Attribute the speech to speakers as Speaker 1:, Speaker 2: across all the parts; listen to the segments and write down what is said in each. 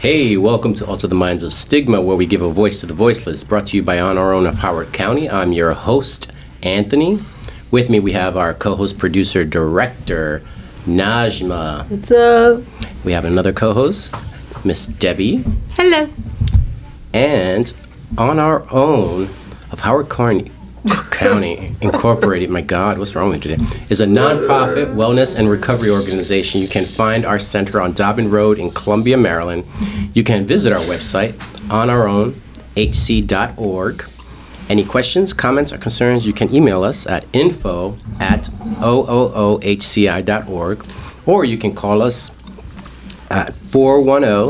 Speaker 1: Hey, welcome to Alter the Minds of Stigma, where we give a voice to the voiceless, brought to you by On Our Own of Howard County. I'm your host, Anthony. With me, we have our co host, producer, director, Najma.
Speaker 2: What's up?
Speaker 1: We have another co host, Miss Debbie.
Speaker 2: Hello.
Speaker 1: And on our own of Howard Carney. County Incorporated, my God, what's wrong with me today? Is a nonprofit wellness and recovery organization. You can find our center on Dobbin Road in Columbia, Maryland. You can visit our website on our own, hc.org. Any questions, comments, or concerns, you can email us at info at oohci.org or you can call us at oh,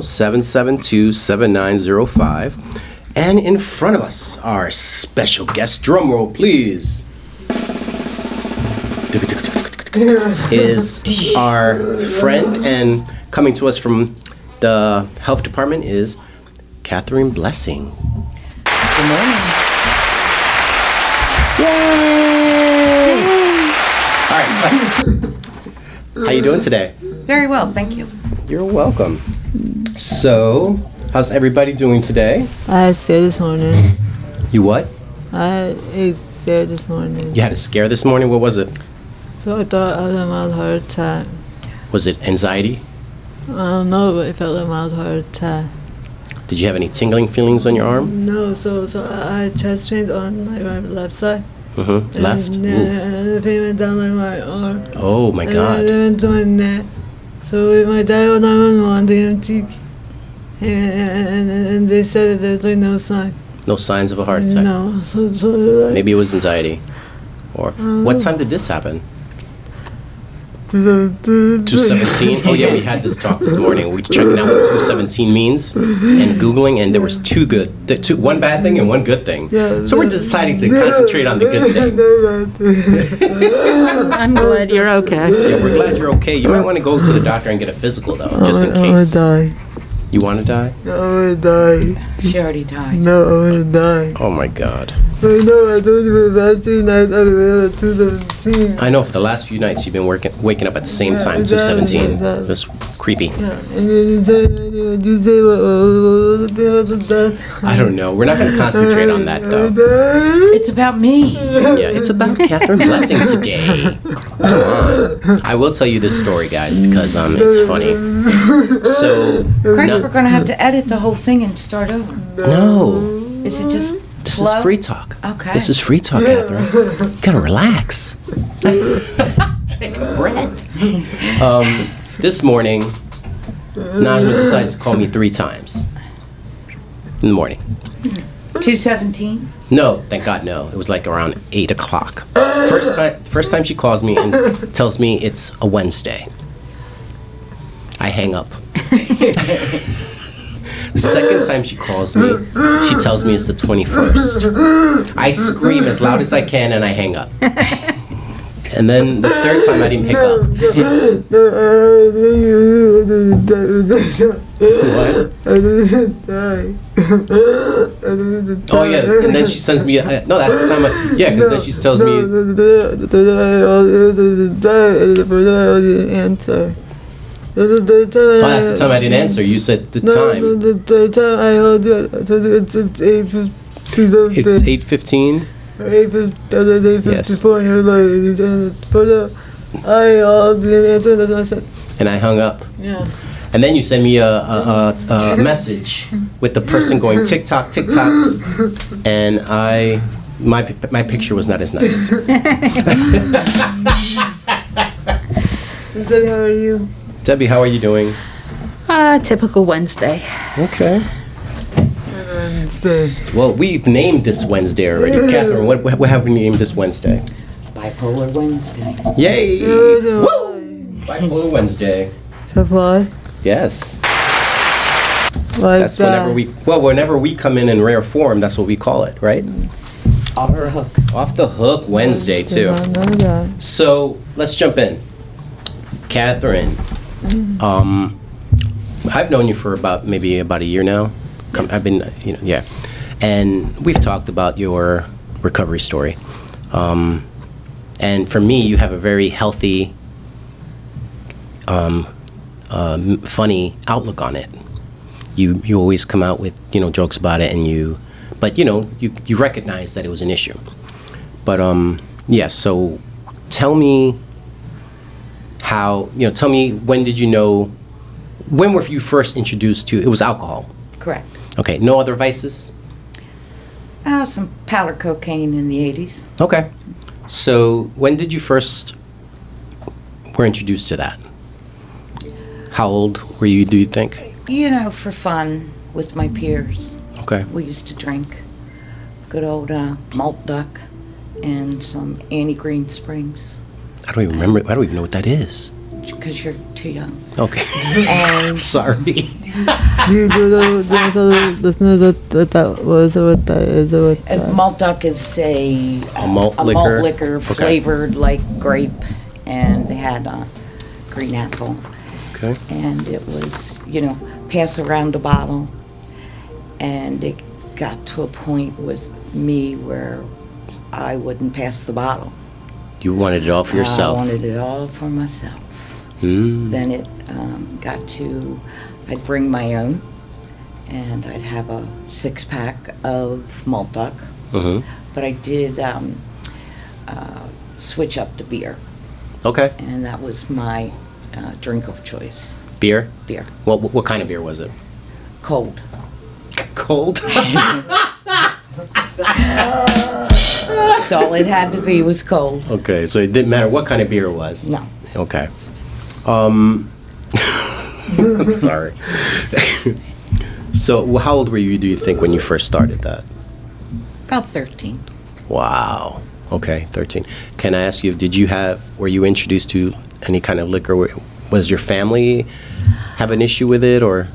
Speaker 1: 410-772-7905. And in front of us, our special guest, drum roll please, is our friend and coming to us from the health department is Catherine Blessing.
Speaker 3: Good morning.
Speaker 1: All right. How you doing today?
Speaker 3: Very well, thank you.
Speaker 1: You're welcome. So, how's everybody doing today?
Speaker 2: I said this morning.
Speaker 1: You what?
Speaker 2: I ate said this morning.
Speaker 1: You had a scare this morning. What was it?
Speaker 2: So I thought I was a mild heart attack.
Speaker 1: Was it anxiety?
Speaker 2: I don't know, but it felt like a mild heart attack.
Speaker 1: Did you have any tingling feelings on your arm?
Speaker 2: No, so so I I chest pains on like my left side.
Speaker 1: Mm-hmm. Left.
Speaker 2: And,
Speaker 1: Ooh.
Speaker 2: and the pain went down like my arm.
Speaker 1: Oh my
Speaker 2: And then
Speaker 1: God.
Speaker 2: it went to my neck. So if my dad was 911, the antique. And, and, and, and they said that there's like no sign.
Speaker 1: No signs of a heart attack.
Speaker 2: No, so, so like,
Speaker 1: Maybe it was anxiety. Or
Speaker 2: Oh.
Speaker 1: what time did this happen? Two seventeen. Oh yeah, we had this talk this morning. We checking out what two seventeen means and googling, and there was two good, the two one bad thing and one good thing.
Speaker 2: Yeah.
Speaker 1: So we're deciding to concentrate on the good thing.
Speaker 4: I'm glad you're okay.
Speaker 1: Yeah, we're glad you're okay. You might want to go to the doctor and get a physical though, just in
Speaker 2: Oh, I would
Speaker 1: case.
Speaker 2: die.
Speaker 1: You want to die?
Speaker 2: I would die.
Speaker 3: She already died.
Speaker 2: No, I would die.
Speaker 1: Oh my god.
Speaker 2: I know I told you about last two nights I was two seventeen.
Speaker 1: I know for the last few nights you've been working, waking up at the same time,
Speaker 2: Yeah,
Speaker 1: two seventeen.
Speaker 2: yeah, yeah.
Speaker 1: That's creepy.
Speaker 2: And then you say you say what was the deal with that?
Speaker 1: I don't know. We're not going to concentrate on that though.
Speaker 3: It's about me.
Speaker 1: Yeah, it's about Catherine Blessing today. Come on. I will tell you this story, guys, because um, it's funny. So
Speaker 3: Christ, we're gonna have to edit the whole thing and start over.
Speaker 1: no,
Speaker 3: Is it just
Speaker 1: Mm-hmm. this
Speaker 3: Hello?
Speaker 1: is free talk.
Speaker 3: Okay.
Speaker 1: This is free talk, Catherine. You gotta relax. Take a breath. Um, this morning, Najma decides to call me three times in the morning.
Speaker 3: two seventeen?
Speaker 1: No, thank God, no. It was like around eight o'clock. First time, first time she calls me and tells me it's a Wednesday. I hang up. Second time she calls me, she tells me it's the twenty-first. I scream as loud as I can and I hang up. And then the third time I didn't pick up. What? Oh yeah, and then she sends me. A, no, that's the time. I, yeah, because then she tells me
Speaker 2: answer. Oh,
Speaker 1: oh, that's the time I didn't answer. You said the time.
Speaker 2: the third time I heard you, I told you it's, it's 8
Speaker 1: It's eight fifteen. Yes.
Speaker 2: 54 and you're like, it's- it's further. I heard the answer, that's what I said.
Speaker 1: and I hung up.
Speaker 2: Yeah.
Speaker 1: And then you send me a, a, a, a message with the person going tick tock, tick tock, and I my pic- my picture was not as nice.
Speaker 2: You said, how are you?
Speaker 1: Debbie, how are you doing?
Speaker 4: Ah, typical Wednesday.
Speaker 1: Okay. Well, we've named this Wednesday already. Catherine, what, what have we named this Wednesday?
Speaker 3: Bipolar Wednesday.
Speaker 1: Yay!
Speaker 2: Woo!
Speaker 1: Woo! Bipolar Wednesday.
Speaker 2: So far,
Speaker 1: Yes.
Speaker 2: like
Speaker 1: That's whenever we, well, whenever we come in in rare form, that's what we call it, right?
Speaker 3: Off the hook.
Speaker 1: Off the hook Wednesday, too.
Speaker 2: I know that.
Speaker 1: So let's jump in. Catherine, um, I've known you for about maybe about a year now. Com- I've been, you know, yeah, and we've talked about your recovery story. Um, and for me, you have a very healthy, um, um, funny outlook on it. you you always come out with you know jokes about it, and you, but you know you you recognize that it was an issue. But um, yeah. So tell me how you know. Tell me when did you know? When were you first introduced to? It was alcohol.
Speaker 3: Correct.
Speaker 1: Okay. No other vices.
Speaker 3: Uh, some powder cocaine in the 80s.
Speaker 1: Okay. So when did you first were introduced to that? How old were you? Do you think?
Speaker 3: You know, for fun with my peers.
Speaker 1: Okay.
Speaker 3: We used to drink good old uh, malt duck and some Annie Green Springs
Speaker 1: I don't even remember. I don't even know what that is.
Speaker 3: because you're too young.
Speaker 1: Okay.
Speaker 3: And
Speaker 1: Sorry.
Speaker 2: You do that- that- that- that's not what- what that was, or what that is, or what
Speaker 3: uh,
Speaker 2: that-
Speaker 3: malt duck is a,
Speaker 1: A malt
Speaker 3: a
Speaker 1: liquor?
Speaker 3: malt liquor
Speaker 1: Okay.
Speaker 3: flavored like grape, and they had uh, green apple.
Speaker 1: Okay.
Speaker 3: and it was, you know, pass around the bottle. And it got to a point with me where I wouldn't pass the bottle.
Speaker 1: You wanted it all for yourself.
Speaker 3: I wanted it all for myself.
Speaker 1: Mm.
Speaker 3: Then it um, got to, I'd bring my own, and I'd have a six pack of malt duck.
Speaker 1: Mhm.
Speaker 3: But I did um, uh, switch up to beer,
Speaker 1: Okay.
Speaker 3: and that was my uh, drink of choice
Speaker 1: Beer.
Speaker 3: beer,
Speaker 1: What what kind of beer was it?
Speaker 3: cold.
Speaker 1: Cold.
Speaker 3: That's all it had to be was cold.
Speaker 1: okay. So it didn't matter what kind of beer it was.
Speaker 3: No.
Speaker 1: Okay. Um. I'm sorry. so wh- how old were you? Do you think when you first started that?
Speaker 3: About 13.
Speaker 1: Wow. Okay, 13. Can I ask you, did you have, were you introduced to any kind of liquor? Were- Was your family have an issue with it, or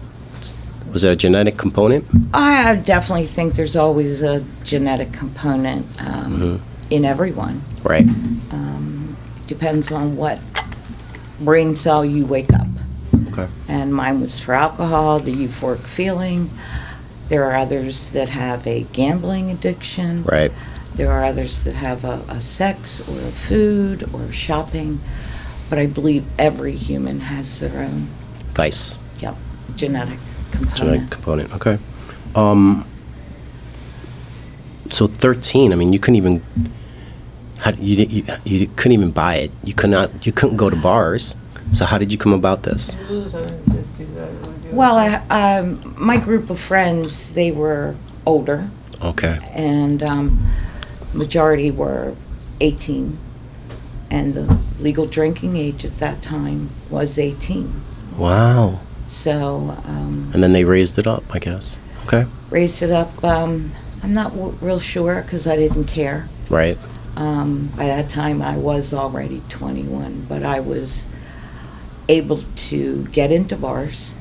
Speaker 1: was it a genetic component?
Speaker 3: I definitely think there's always a genetic component um, in everyone. Um,
Speaker 1: Right.
Speaker 3: Depends on what brain cell you wake up.
Speaker 1: Okay.
Speaker 3: And mine was for alcohol, the euphoric feeling. There are others that have a gambling addiction.
Speaker 1: Right.
Speaker 3: There are others that have a, a sex or a food or shopping. But I believe every human has their own
Speaker 1: Vice,
Speaker 3: yep, genetic component.
Speaker 1: genetic component. Okay. Um, so 13, I mean, you couldn't even, how, you, di- you, you couldn't even buy it. You could not, you couldn't go to bars. So how did you come about this?
Speaker 3: Well, I, um, my group of friends, they were older,
Speaker 1: Okay.
Speaker 3: and um, majority were 18, and the legal drinking age at that time was 18.
Speaker 1: Wow.
Speaker 3: So um,
Speaker 1: And then they raised it up, I guess. Okay.
Speaker 3: raised it up. Um, I'm not w- real sure because I didn't care.
Speaker 1: Right.
Speaker 3: Um, by that time, I was already 21, but I was able to get into bars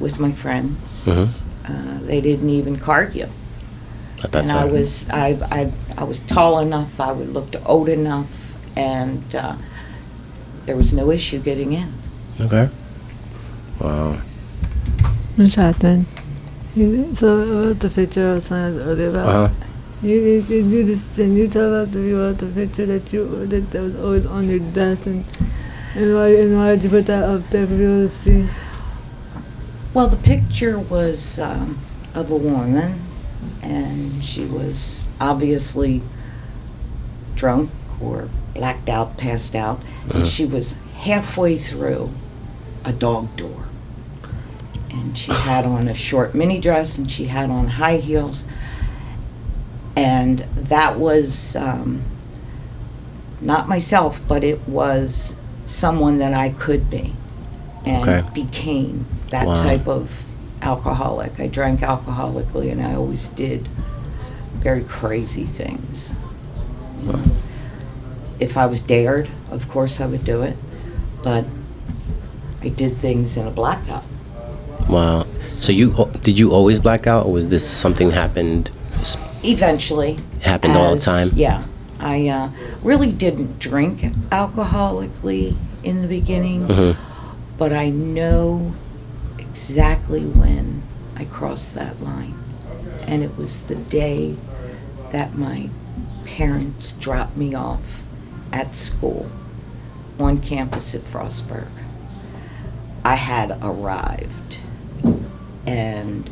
Speaker 3: with my friends.
Speaker 1: Mhm.
Speaker 3: Uh, they didn't even card you.
Speaker 1: At that
Speaker 3: and
Speaker 1: time.
Speaker 3: I was I, I I was tall enough. I would looked old enough, and uh, there was no issue getting in.
Speaker 1: Okay. Wow.
Speaker 2: Miss Hatton, you- So about the picture I was telling us earlier
Speaker 3: Oh.
Speaker 2: about.
Speaker 1: Uh huh.
Speaker 2: You, you, you do this and you tell us about the picture that you that, that was always on your desk and and why and why did you put that up there for people to see?
Speaker 3: Well, the picture was um, of a woman, and she was obviously drunk or blacked out, passed out, and she was halfway through a dog door. And she had on a short mini dress, and she had on high heels, and that was um, not myself, but it was someone that I could be, and
Speaker 1: Okay.
Speaker 3: became that
Speaker 1: Wow.
Speaker 3: type of alcoholic. I drank alcoholically, and I always did very crazy things. You know, If I was dared, of course I would do it, but I did things in a blackout.
Speaker 1: Wow. So you al- did you always black out, or was this something happened? s-
Speaker 3: Eventually,
Speaker 1: Happened all the
Speaker 3: as-
Speaker 1: time.
Speaker 3: Yeah, I uh, really didn't drink alcoholically in the beginning,
Speaker 1: Mhm.
Speaker 3: but I know exactly when I crossed that line, and it was the day that my parents dropped me off at school on campus at Frostburg. I had arrived, and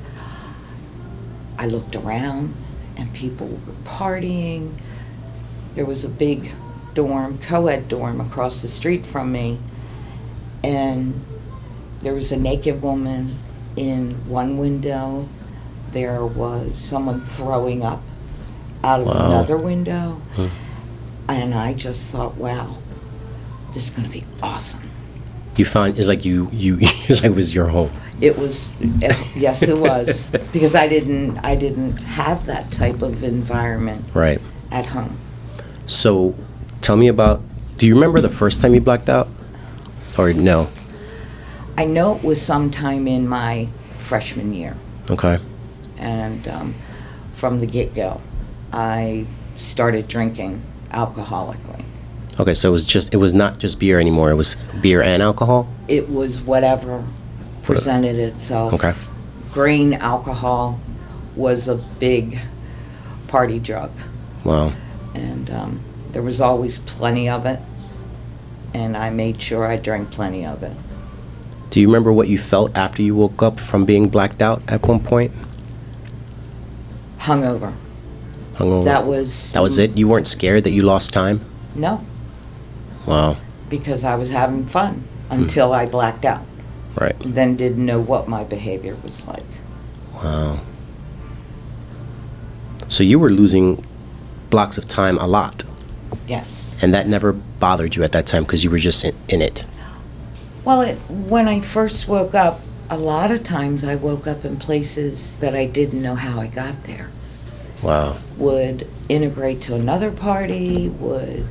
Speaker 3: I looked around and people were partying. There was a big dorm, co ed dorm across the street from me, and there was a naked woman in one window. There was someone throwing up out of
Speaker 1: Wow.
Speaker 3: another window.
Speaker 1: Hmm.
Speaker 3: And I just thought, wow, this is going to be awesome.
Speaker 1: You find it's like you you it's like it was your home.
Speaker 3: It was, eh, yes, it was, because I didn't, I didn't have that type of environment
Speaker 1: Right.
Speaker 3: at home.
Speaker 1: So, tell me about. Do you remember the first time you blacked out, or no?
Speaker 3: I know it was sometime in my freshman year,
Speaker 1: Okay.
Speaker 3: and um, from the get-go, I started drinking alcoholically.
Speaker 1: Okay. So it was just it was not just beer anymore. It was beer and alcohol.
Speaker 3: It was whatever presented itself.
Speaker 1: Okay.
Speaker 3: Grain alcohol was a big party drug,
Speaker 1: Wow.
Speaker 3: and um, there was always plenty of it, and I made sure I drank plenty of it.
Speaker 1: Do you remember what you felt after you woke up from being blacked out at one point?
Speaker 3: Hungover.
Speaker 1: Hungover.
Speaker 3: That was.
Speaker 1: Oh. That was it. You weren't scared that you lost time.
Speaker 3: No,
Speaker 1: Wow.
Speaker 3: because I was having fun
Speaker 1: Hmm.
Speaker 3: until I blacked out.
Speaker 1: Right.
Speaker 3: then didn't know what my behavior was like.
Speaker 1: Wow. So you were losing blocks of time a lot,
Speaker 3: Yes.
Speaker 1: and that never bothered you at that time because you were just in, in it.
Speaker 3: Well, it, when I first woke up, a lot of times I woke up in places that I didn't know how I got there.
Speaker 1: Wow.
Speaker 3: Would integrate to another party, would,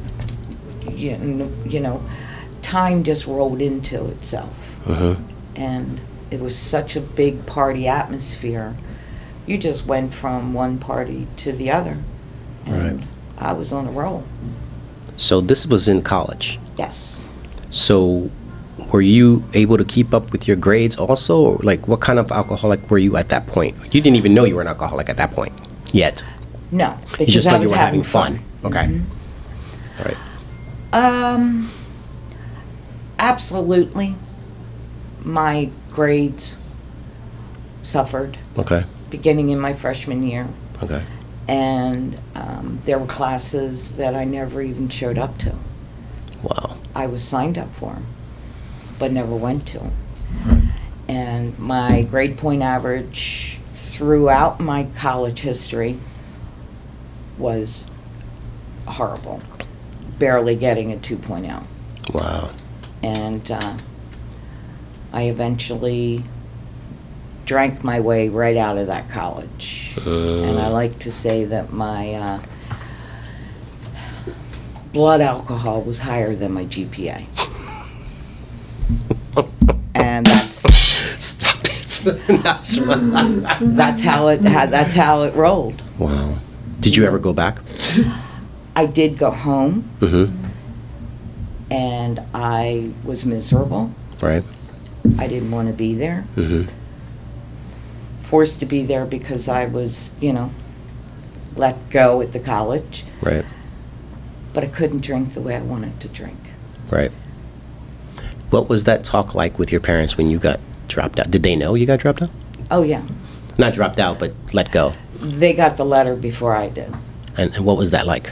Speaker 3: you kn- you know, time just rolled into itself.
Speaker 1: Mhm.
Speaker 3: And it was such a big party atmosphere. You just went from one party to the other. And
Speaker 1: Right.
Speaker 3: I was on a roll.
Speaker 1: So this was in college.
Speaker 3: Yes.
Speaker 1: So were you able to keep up with your grades also? Or like what kind of alcoholic were you at that point? You didn't even know you were an alcoholic at that point yet.
Speaker 3: No,
Speaker 1: You
Speaker 3: because
Speaker 1: just
Speaker 3: I
Speaker 1: thought you
Speaker 3: was Mm-hmm.
Speaker 1: were having fun. Okay. All right.
Speaker 3: Um, absolutely. My grades suffered
Speaker 1: Okay.
Speaker 3: beginning in my freshman year,
Speaker 1: Okay.
Speaker 3: and um, there were classes that I never even showed up to.
Speaker 1: Wow.
Speaker 3: I was signed up for them, but never went to them. And my grade point average throughout my college history was horrible, barely getting a 2.0
Speaker 1: Wow.
Speaker 3: and uh, I eventually drank my way right out of that college. And I like to say that my uh, blood alcohol was higher than my GPA. and that's
Speaker 1: Stop it.
Speaker 3: that's how it ha- that's how it rolled.
Speaker 1: wow. Did you ever go back?
Speaker 3: I did go home,
Speaker 1: Mm-hmm.
Speaker 3: and I was miserable.
Speaker 1: Right.
Speaker 3: I didn't want to be there.
Speaker 1: Mm-hmm.
Speaker 3: forced to be there because I was, you know, let go at the college,
Speaker 1: Right.
Speaker 3: but I couldn't drink the way I wanted to drink.
Speaker 1: Right. What was that talk like with your parents when you got dropped out? Did they know you got dropped out?
Speaker 3: Oh, yeah.
Speaker 1: Not dropped out, but let go.
Speaker 3: They got the letter before I did.
Speaker 1: And, and what was that like?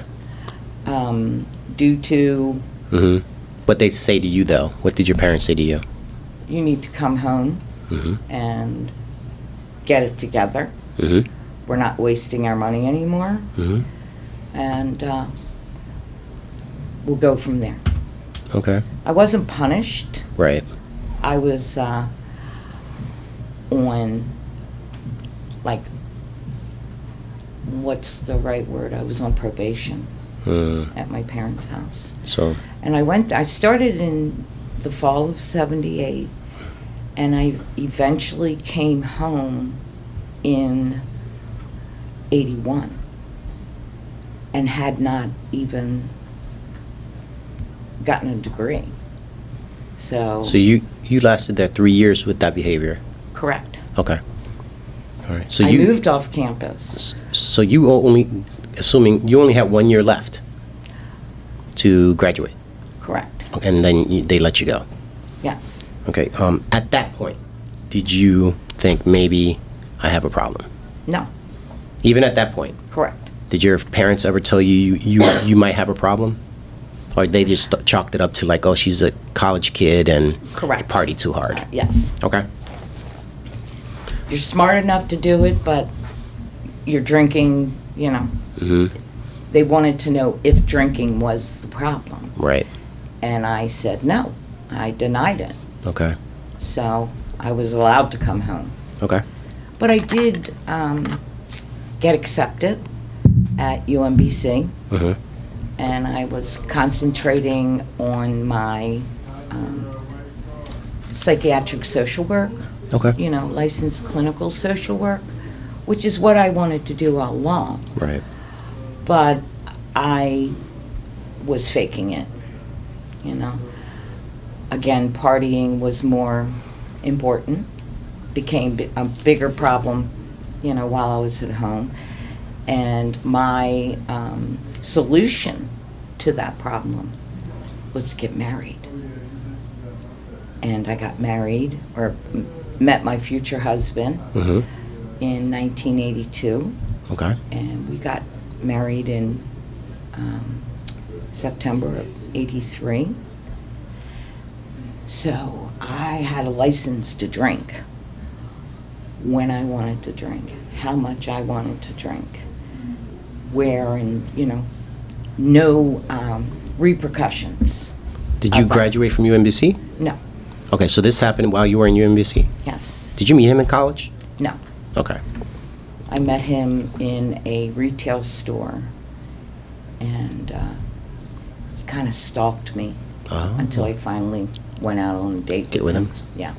Speaker 3: Um, due to,
Speaker 1: hmm What they say to you though? What did your parents say to you?
Speaker 3: you need to come home
Speaker 1: hmm
Speaker 3: and get it together.
Speaker 1: hmm
Speaker 3: We're not wasting our money anymore,
Speaker 1: hmm
Speaker 3: and uh, we'll go from there.
Speaker 1: Okay.
Speaker 3: I wasn't punished.
Speaker 1: Right.
Speaker 3: I was uh, on, like, what's the right word? I was on probation
Speaker 1: Mm.
Speaker 3: at my parents' house.
Speaker 1: So.
Speaker 3: And I went, I started in the fall of 78, and I eventually came home in 81 and had not even gotten a degree. So,
Speaker 1: So you you lasted there three years with that behavior.
Speaker 3: correct.
Speaker 1: Okay. All right. So
Speaker 3: I
Speaker 1: you.
Speaker 3: moved off campus.
Speaker 1: s- So you o- only, assuming you only had one year left to graduate,
Speaker 3: Correct.
Speaker 1: and then you, they let you go.
Speaker 3: Yes.
Speaker 1: Okay. Um, at that point, did you think maybe I have a problem?
Speaker 3: No,
Speaker 1: Even at that point,
Speaker 3: correct.
Speaker 1: did your parents ever tell you you, you, you might have a problem? Or they just chalked it up to like, oh, she's a college kid and
Speaker 3: Correct.
Speaker 1: party too hard.
Speaker 3: Yes.
Speaker 1: Okay.
Speaker 3: You're smart enough to do it, but you're drinking, you know.
Speaker 1: Mm-hmm.
Speaker 3: They wanted to know if drinking was the problem.
Speaker 1: Right.
Speaker 3: And I said no. I denied it.
Speaker 1: Okay.
Speaker 3: So I was allowed to come home.
Speaker 1: Okay.
Speaker 3: But I did um, get accepted at UMBC,
Speaker 1: Mhm.
Speaker 3: and I was concentrating on my um, psychiatric social work,
Speaker 1: Okay.
Speaker 3: you know, licensed clinical social work, which is what I wanted to do all along.
Speaker 1: Right.
Speaker 3: But I was faking it, you know. Again, partying was more important, became bi- a bigger problem, you know, while I was at home. And my um, solution to that problem was to get married. And I got married, or m- met my future husband
Speaker 1: Mhm.
Speaker 3: in 1982
Speaker 1: Okay.
Speaker 3: and we got married in um, September of '83. So I had a license to drink when I wanted to drink, how much I wanted to drink, where, and you know, no um, repercussions.
Speaker 1: Did you
Speaker 3: Okay.
Speaker 1: graduate from UMBC?
Speaker 3: No.
Speaker 1: Okay, so this happened while you were in UMBC.
Speaker 3: Yes.
Speaker 1: Did you meet him in college?
Speaker 3: No.
Speaker 1: Okay.
Speaker 3: I met him in a retail store, and uh, he kind of stalked me.
Speaker 1: Oh.
Speaker 3: until I finally went out on a date.
Speaker 1: Get with him.
Speaker 3: Yeah.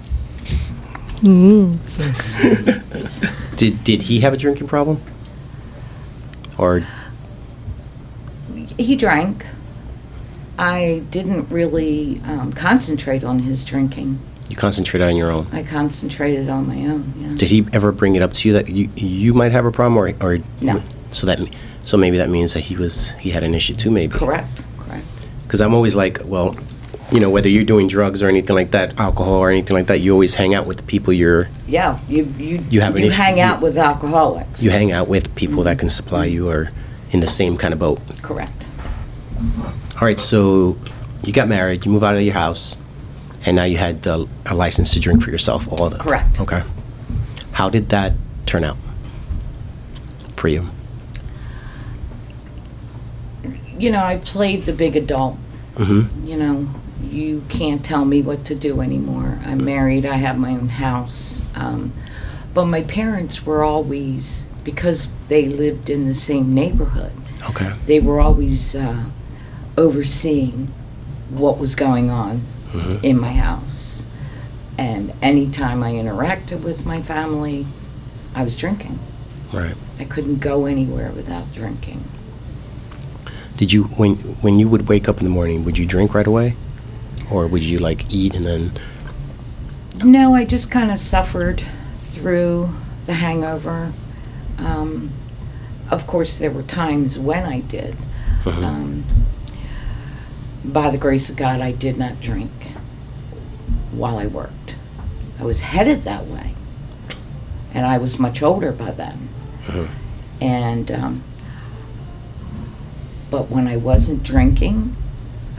Speaker 1: Did did he have a drinking problem? Or
Speaker 3: He drank. I didn't really um, concentrate on his drinking.
Speaker 1: you concentrated on your own?
Speaker 3: I concentrated on my own. Yeah.
Speaker 1: Did he ever bring it up to you that you you might have a problem or or
Speaker 3: No.
Speaker 1: So that so maybe that means that he was he had an issue too maybe.
Speaker 3: Correct. Correct.
Speaker 1: Because I'm always like, well, you know, whether you're doing drugs or anything like that, alcohol or anything like that, you always hang out with the people you're
Speaker 3: Yeah. You you
Speaker 1: You have an issue-
Speaker 3: hang
Speaker 1: you-
Speaker 3: out with alcoholics.
Speaker 1: you hang out with people that can supply
Speaker 3: Mm-hmm.
Speaker 1: you or in the same kind of boat.
Speaker 3: Correct.
Speaker 1: All right, so you got married, you move out of your house, and now you had the, a license to drink for yourself. All the
Speaker 3: Correct.
Speaker 1: Okay. How did that turn out for you?
Speaker 3: You know, I played the big adult.
Speaker 1: Mm-hmm.
Speaker 3: You know, you can't tell me what to do anymore. I'm married. I have my own house. Um, but my parents were always because they lived in the same neighborhood.
Speaker 1: Okay.
Speaker 3: they were always uh, overseeing what was going on
Speaker 1: Mhm.
Speaker 3: in my house. And anytime I interacted with my family, I was drinking.
Speaker 1: Right.
Speaker 3: I couldn't go anywhere without drinking.
Speaker 1: Did you when when you would wake up in the morning, would you drink right away, or would you like eat and then?
Speaker 3: No, I just kind of suffered through the hangover. Um, of course, there were times when I did.
Speaker 1: Mhm.
Speaker 3: Um, by the grace of God, I did not drink while I worked. I was headed that way, and I was much older by then.
Speaker 1: Mhm.
Speaker 3: And um, but when I wasn't drinking,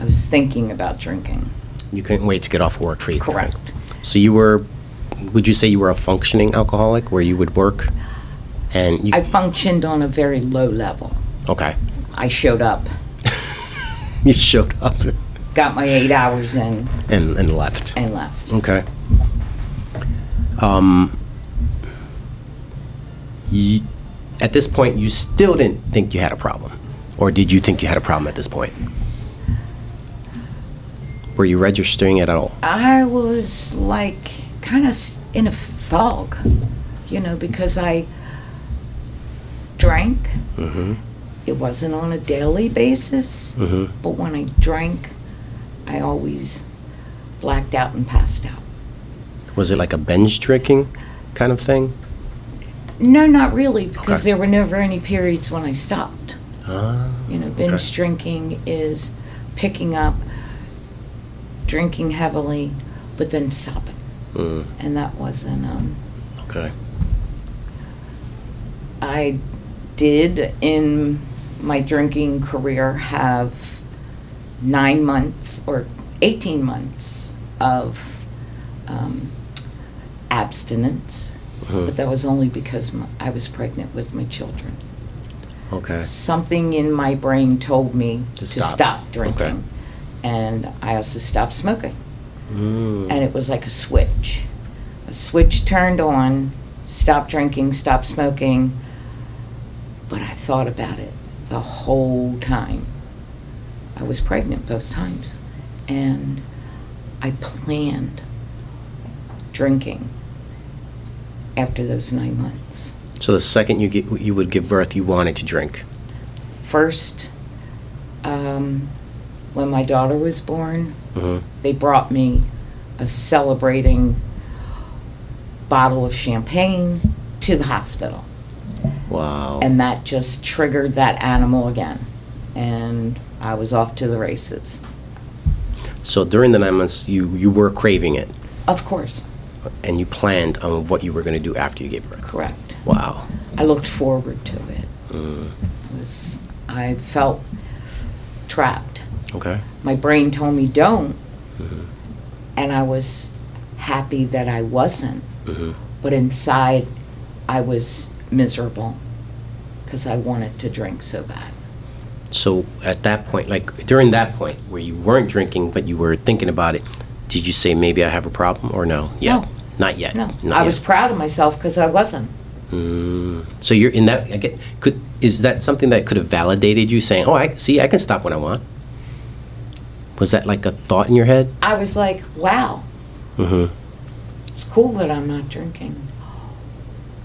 Speaker 3: I was thinking about drinking.
Speaker 1: You couldn't wait to get off work for you. to drink.
Speaker 3: Correct.
Speaker 1: So you were, would you say you were a functioning alcoholic, where you would work, and you
Speaker 3: I functioned on a very low level.
Speaker 1: okay,
Speaker 3: I showed up,
Speaker 1: you showed up
Speaker 3: got my eight hours in,
Speaker 1: and and left.
Speaker 3: and left.
Speaker 1: Okay. Um. You, at this point, you still didn't think you had a problem, or did you think you had a problem at this point? Were you registering at all?
Speaker 3: I was like kind of in a fog, you know, because I drank.
Speaker 1: Mm-hmm.
Speaker 3: It wasn't on a daily basis,
Speaker 1: Mhm.
Speaker 3: but when I drank, I always blacked out and passed out.
Speaker 1: Was it like a binge drinking kind of thing?
Speaker 3: No, not really, because
Speaker 1: Okay.
Speaker 3: there were never any periods when I stopped.
Speaker 1: Ah.
Speaker 3: You know, binge
Speaker 1: Okay.
Speaker 3: drinking is picking up, drinking heavily, but then stopping.
Speaker 1: Mm.
Speaker 3: And that wasn't um,
Speaker 1: Okay.
Speaker 3: I did in my drinking career have nine months or 18 months of um, abstinence,
Speaker 1: Mhm.
Speaker 3: but that was only because my, I was pregnant with my children.
Speaker 1: Okay.
Speaker 3: Something in my brain told me
Speaker 1: To
Speaker 3: to,
Speaker 1: stop.
Speaker 3: stop. drinking,
Speaker 1: Okay.
Speaker 3: and I also stopped smoking
Speaker 1: Mm.
Speaker 3: and it was like a switch. A switch turned on, stop drinking, stop smoking. But I thought about it the whole time. I was pregnant both times. And I planned drinking after those nine months.
Speaker 1: So the second you get, you would give birth, you wanted to drink.
Speaker 3: First, um, when my daughter was born,
Speaker 1: hmm
Speaker 3: they brought me a celebrating bottle of champagne to the hospital.
Speaker 1: Wow.
Speaker 3: And that just triggered that animal again. And I was off to the races.
Speaker 1: so during the nine months, you you were craving it,
Speaker 3: Of course,
Speaker 1: and you planned on what you were going to do after you gave birth.
Speaker 3: correct.
Speaker 1: Wow.
Speaker 3: I looked forward to it.
Speaker 1: Mm.
Speaker 3: It was, I felt trapped.
Speaker 1: Okay.
Speaker 3: My brain told me don't.
Speaker 1: Mhm.
Speaker 3: And I was happy that I wasn't.
Speaker 1: Mhm.
Speaker 3: but inside I was miserable because I wanted to drink so bad.
Speaker 1: So at that point, like during that point where you weren't drinking but you were thinking about it, did you say maybe I have a problem or no? Yet?
Speaker 3: No.
Speaker 1: Not yet.
Speaker 3: No,
Speaker 1: Not
Speaker 3: I
Speaker 1: yet.
Speaker 3: was proud of myself because I wasn't.
Speaker 1: Mm. So you're in that. I get, could is that something that could have validated you saying, "Oh, I see, I can stop when I want." Was that like a thought in your head?
Speaker 3: I was like, wow,
Speaker 1: Mm-hmm.
Speaker 3: it's cool that I'm not drinking.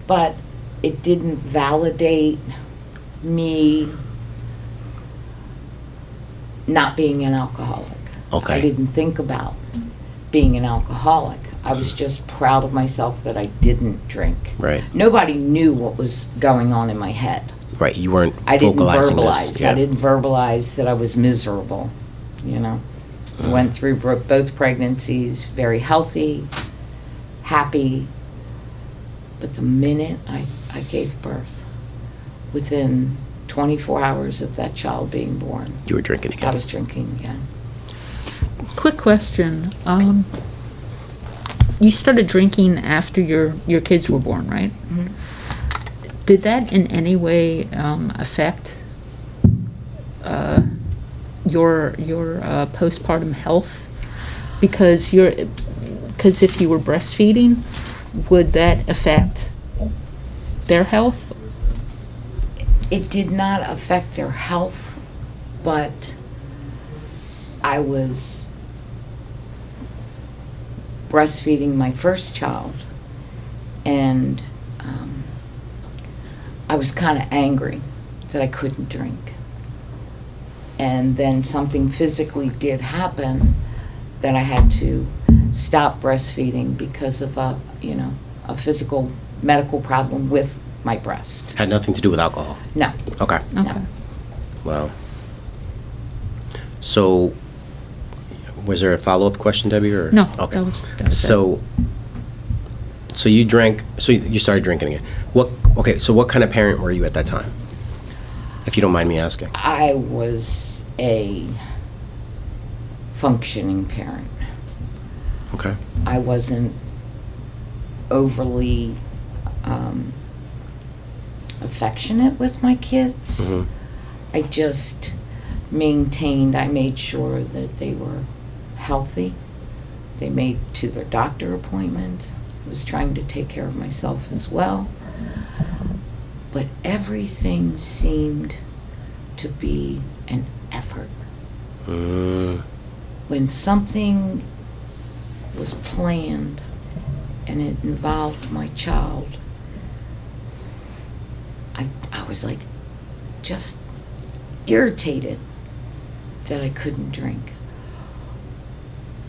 Speaker 3: But it didn't validate me not being an alcoholic. I
Speaker 1: Okay.
Speaker 3: didn't think about being an alcoholic. I was just proud of myself that I didn't drink.
Speaker 1: Right.
Speaker 3: Nobody knew what was going on in my head.
Speaker 1: Right. You weren't
Speaker 3: I didn't
Speaker 1: vocalizing
Speaker 3: verbalize.
Speaker 1: this. Yeah.
Speaker 3: I didn't verbalize that I was miserable. You know, I
Speaker 1: Uh-huh.
Speaker 3: went through bro- both pregnancies very healthy, happy. But the minute I, I gave birth, within 24 hours of that child being born,
Speaker 1: You were drinking again.
Speaker 3: I was drinking again.
Speaker 4: Quick question. Um, you started drinking after your, your kids were born, right?
Speaker 3: Mhm.
Speaker 4: Did that in any way um, affect uh, your your uh, postpartum health? Because you're because if you were breastfeeding, would that affect their health?
Speaker 3: It did not affect their health, but I was breastfeeding my first child, and um, I was kind of angry that I couldn't drink. And then something physically did happen that I had to stop breastfeeding because of a you know a physical medical problem with my breast.
Speaker 1: Had nothing to do with alcohol.
Speaker 3: No.
Speaker 1: Okay.
Speaker 3: No.
Speaker 4: Okay.
Speaker 1: Wow. So, was there a follow-up question, Debbie, or?
Speaker 4: No,
Speaker 1: Okay.
Speaker 4: that was- that was it.
Speaker 1: So, so you drank, so you you started drinking again. What, okay, so what kind of parent were you at that time? If you don't mind me asking.
Speaker 3: I was a functioning parent.
Speaker 1: Okay.
Speaker 3: I wasn't overly um, affectionate with my kids.
Speaker 1: Mhm.
Speaker 3: I just maintained, I made sure that they were healthy. They made to their doctor appointments. I was trying to take care of myself as well. But everything seemed to be an effort
Speaker 1: Mm,
Speaker 3: when something was planned and it involved my child, I, I was like just irritated that I couldn't drink.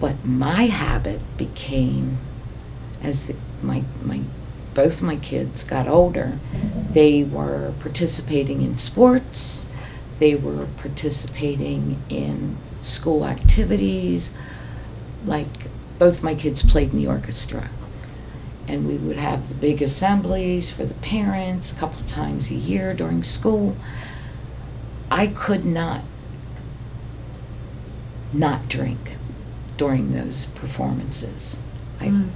Speaker 3: But my habit became as my, my both my kids got older, they were participating in sports, they were participating in school activities. Like both my kids played in the orchestra. and we would have the big assemblies for the parents a couple times a year during school. I could not not drink during those performances. I,
Speaker 2: Mm.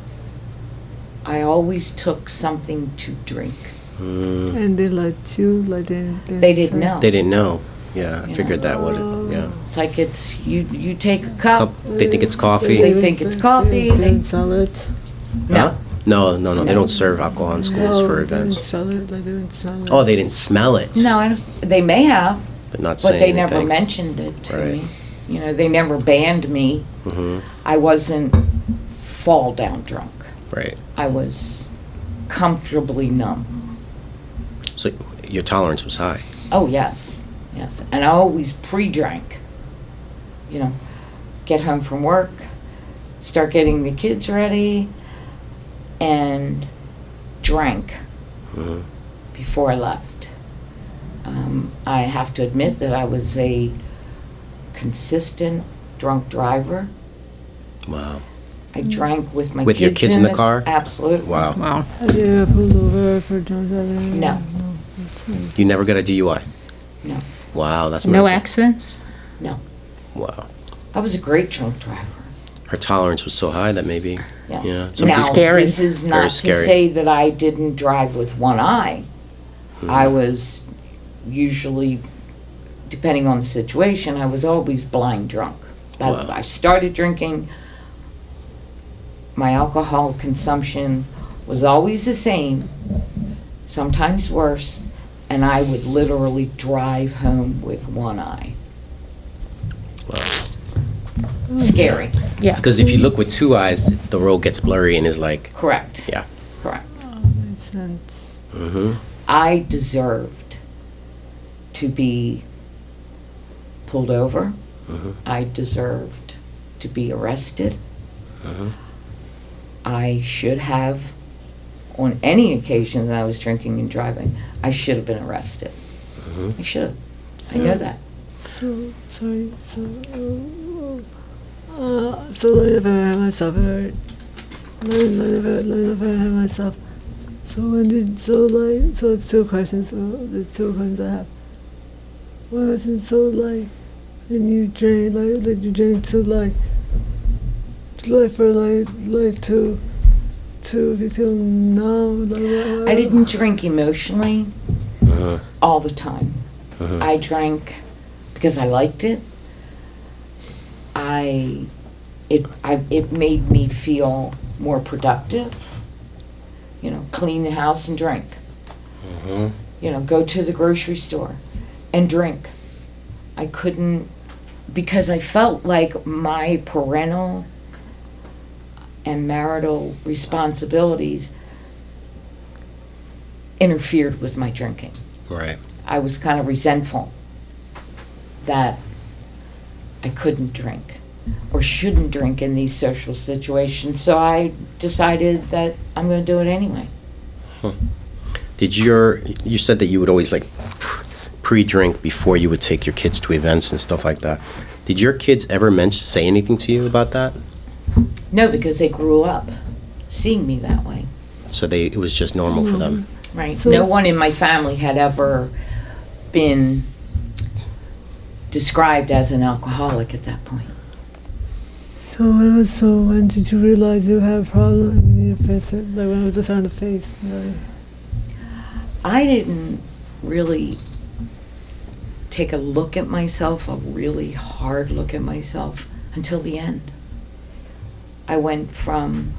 Speaker 3: I always took something to drink.
Speaker 1: Mm.
Speaker 2: And they like choose, like they didn't.
Speaker 3: They didn't know.
Speaker 1: They didn't know. Yeah, I
Speaker 3: Yeah.
Speaker 1: figured that would. Yeah.
Speaker 3: It's like it's you. You take a cup.
Speaker 1: Cup, they think it's coffee.
Speaker 3: They think it's coffee,
Speaker 2: They
Speaker 3: they-
Speaker 2: didn't sell it.
Speaker 1: Huh? No, no, no. They
Speaker 3: No.
Speaker 1: don't serve alcohol in schools
Speaker 2: No,
Speaker 1: for
Speaker 2: they didn't
Speaker 1: events.
Speaker 2: sell it, like they didn't sell it.
Speaker 1: Oh, they didn't smell it.
Speaker 3: No, I don't- they may have,
Speaker 1: But not
Speaker 3: but
Speaker 1: saying
Speaker 3: they never
Speaker 1: anything.
Speaker 3: mentioned it to
Speaker 1: Right.
Speaker 3: me. You know, they never banned me.
Speaker 1: Mhm.
Speaker 3: I wasn't fall down drunk.
Speaker 1: Right.
Speaker 3: I was comfortably numb.
Speaker 1: So your tolerance was high.
Speaker 3: Oh yes, yes, and I always pre-drank. You know, get home from work, start getting the kids ready, and drank.
Speaker 1: Mhm.
Speaker 3: before I left. Um, I have to admit that I was a consistent drunk driver.
Speaker 1: Wow.
Speaker 3: I drank with my
Speaker 1: With
Speaker 3: kids
Speaker 1: your kids in the car?
Speaker 3: Absolutely.
Speaker 1: Wow.
Speaker 4: Wow.
Speaker 2: Have you ever pulled over for drunk driving?
Speaker 3: No.
Speaker 1: You never got a DUI.
Speaker 3: No,
Speaker 1: Wow, that's
Speaker 4: No
Speaker 1: miracle.
Speaker 4: accidents?
Speaker 3: no.
Speaker 1: Wow.
Speaker 3: I was a great drunk driver.
Speaker 1: Her tolerance was so high that maybe.
Speaker 3: Yes.
Speaker 1: Yeah. some
Speaker 3: now
Speaker 1: people-
Speaker 4: Scary.
Speaker 3: this is
Speaker 1: Very
Speaker 3: not to
Speaker 1: scary.
Speaker 3: say that I didn't drive with one eye.
Speaker 1: Mhm.
Speaker 3: I was usually, depending on the situation, I was always blind drunk. I,
Speaker 1: Wow.
Speaker 3: I started drinking. My alcohol consumption was always the same, sometimes worse, and I would literally drive home with one eye. Scary.
Speaker 4: Yeah.
Speaker 1: Because if you look with two eyes, the road gets blurry and is like,
Speaker 3: Correct.
Speaker 1: Yeah.
Speaker 3: Correct.
Speaker 2: Oh, Makes sense.
Speaker 1: mm-hmm.
Speaker 3: I deserved to be pulled over.
Speaker 1: Mhm.
Speaker 3: I deserved to be arrested.
Speaker 1: Mhm.
Speaker 3: I should have, on any occasion that I was drinking and driving, I should have been arrested.
Speaker 1: Mhm.
Speaker 3: I should have. I know that.
Speaker 2: So, sorry, so, uh, so let me defend myself, alright? Let me, let me, defend- let me defend myself. So when did, so like, so it's two questions, so there's two questions I have. One question, so like, and you drink, like, like you drink to like, to, like for like, like to, to, if you feel numb, like, like,
Speaker 3: I didn't drink emotionally
Speaker 1: Uh-huh.
Speaker 3: all the time.
Speaker 1: Uh-huh.
Speaker 3: I drank because I liked it. I it I it made me feel more productive. You know, clean the house and drink.
Speaker 1: Mhm.
Speaker 3: You know, go to the grocery store and drink. I couldn't because I felt like my parental and marital responsibilities interfered with my drinking.
Speaker 1: Right.
Speaker 3: I was kind of resentful that I couldn't drink or shouldn't drink in these social situations. So I decided that I'm going to do it anyway.
Speaker 1: Did your you said that you would always like pr- pre-drink before you would take your kids to events and stuff like that. Did your kids ever mention say anything to you about that?
Speaker 3: No, because they grew up seeing me that way,
Speaker 1: So they it was just normal for them.
Speaker 3: right?
Speaker 2: So
Speaker 3: no
Speaker 2: it's-
Speaker 3: one in my family had ever been described as an alcoholic at that point.
Speaker 2: So when was so when did you realize you had a problem and you need to fix it? Like when was the sign of face? Like,
Speaker 3: I didn't really take a look at myself, a really hard look at myself, until the end. I went from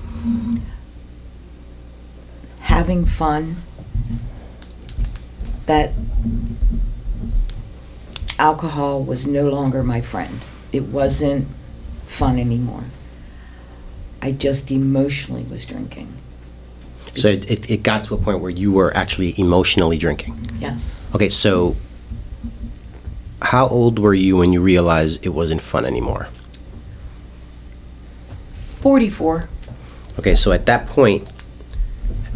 Speaker 3: having fun that alcohol was no longer my friend. It wasn't fun anymore. I just emotionally was drinking.
Speaker 1: So it, it, it got to a point where you were actually emotionally drinking.
Speaker 3: Yes.
Speaker 1: Okay, so how old were you when you realized it wasn't fun anymore?
Speaker 3: 44.
Speaker 1: Okay, so at that point,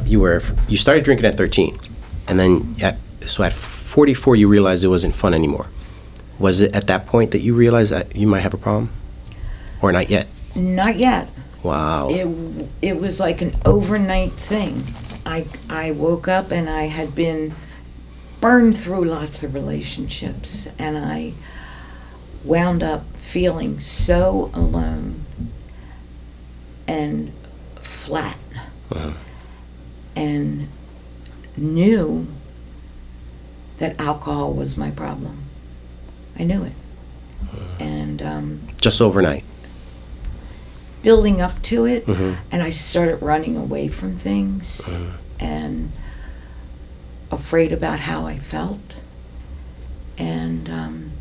Speaker 1: you were you started drinking at 13, and then at, so at 44 you realized it wasn't fun anymore. Was it at that point that you realized that you might have a problem, or not yet?
Speaker 3: Not yet.
Speaker 1: Wow.
Speaker 3: it it was like an overnight thing. I I woke up and I had been burned through lots of relationships and I wound up feeling so alone and flat.
Speaker 1: Wow.
Speaker 3: And knew that alcohol was my problem. I knew it. And um
Speaker 1: Just overnight.
Speaker 3: building up to it
Speaker 1: Mhm.
Speaker 3: and I started running away from things and afraid about how I felt and um,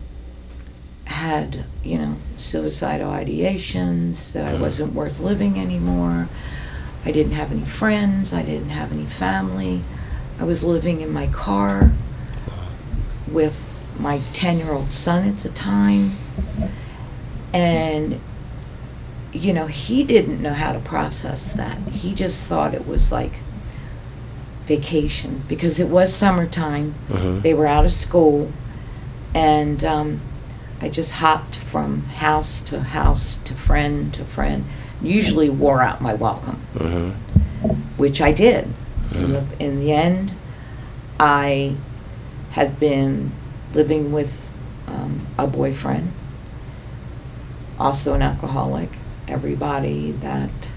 Speaker 3: had you know suicidal ideations that I wasn't worth living anymore. I didn't have any friends, I didn't have any family. I was living in my car with my 10-year-old son at the time and you know, he didn't know how to process that. He just thought it was like vacation because it was summertime.
Speaker 1: Mhm.
Speaker 3: They were out of school, and um, I just hopped from house to house to friend to friend. Usually wore out my welcome,
Speaker 1: Mhm.
Speaker 3: which I did. In, the, in the end, I had been living with um, a boyfriend, also an alcoholic. Everybody that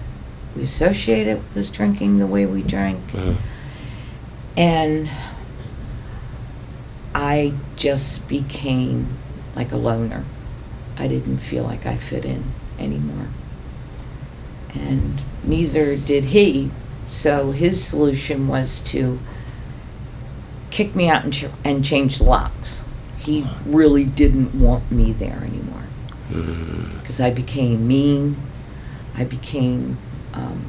Speaker 3: we associated was drinking the way we drank.
Speaker 1: Mhm.
Speaker 3: And I just became like a loner. I didn't feel like I fit in anymore. And neither did he. So his solution was to kick me out and, ch- and change the locks. He really didn't want me there anymore. Because I became mean. I became um,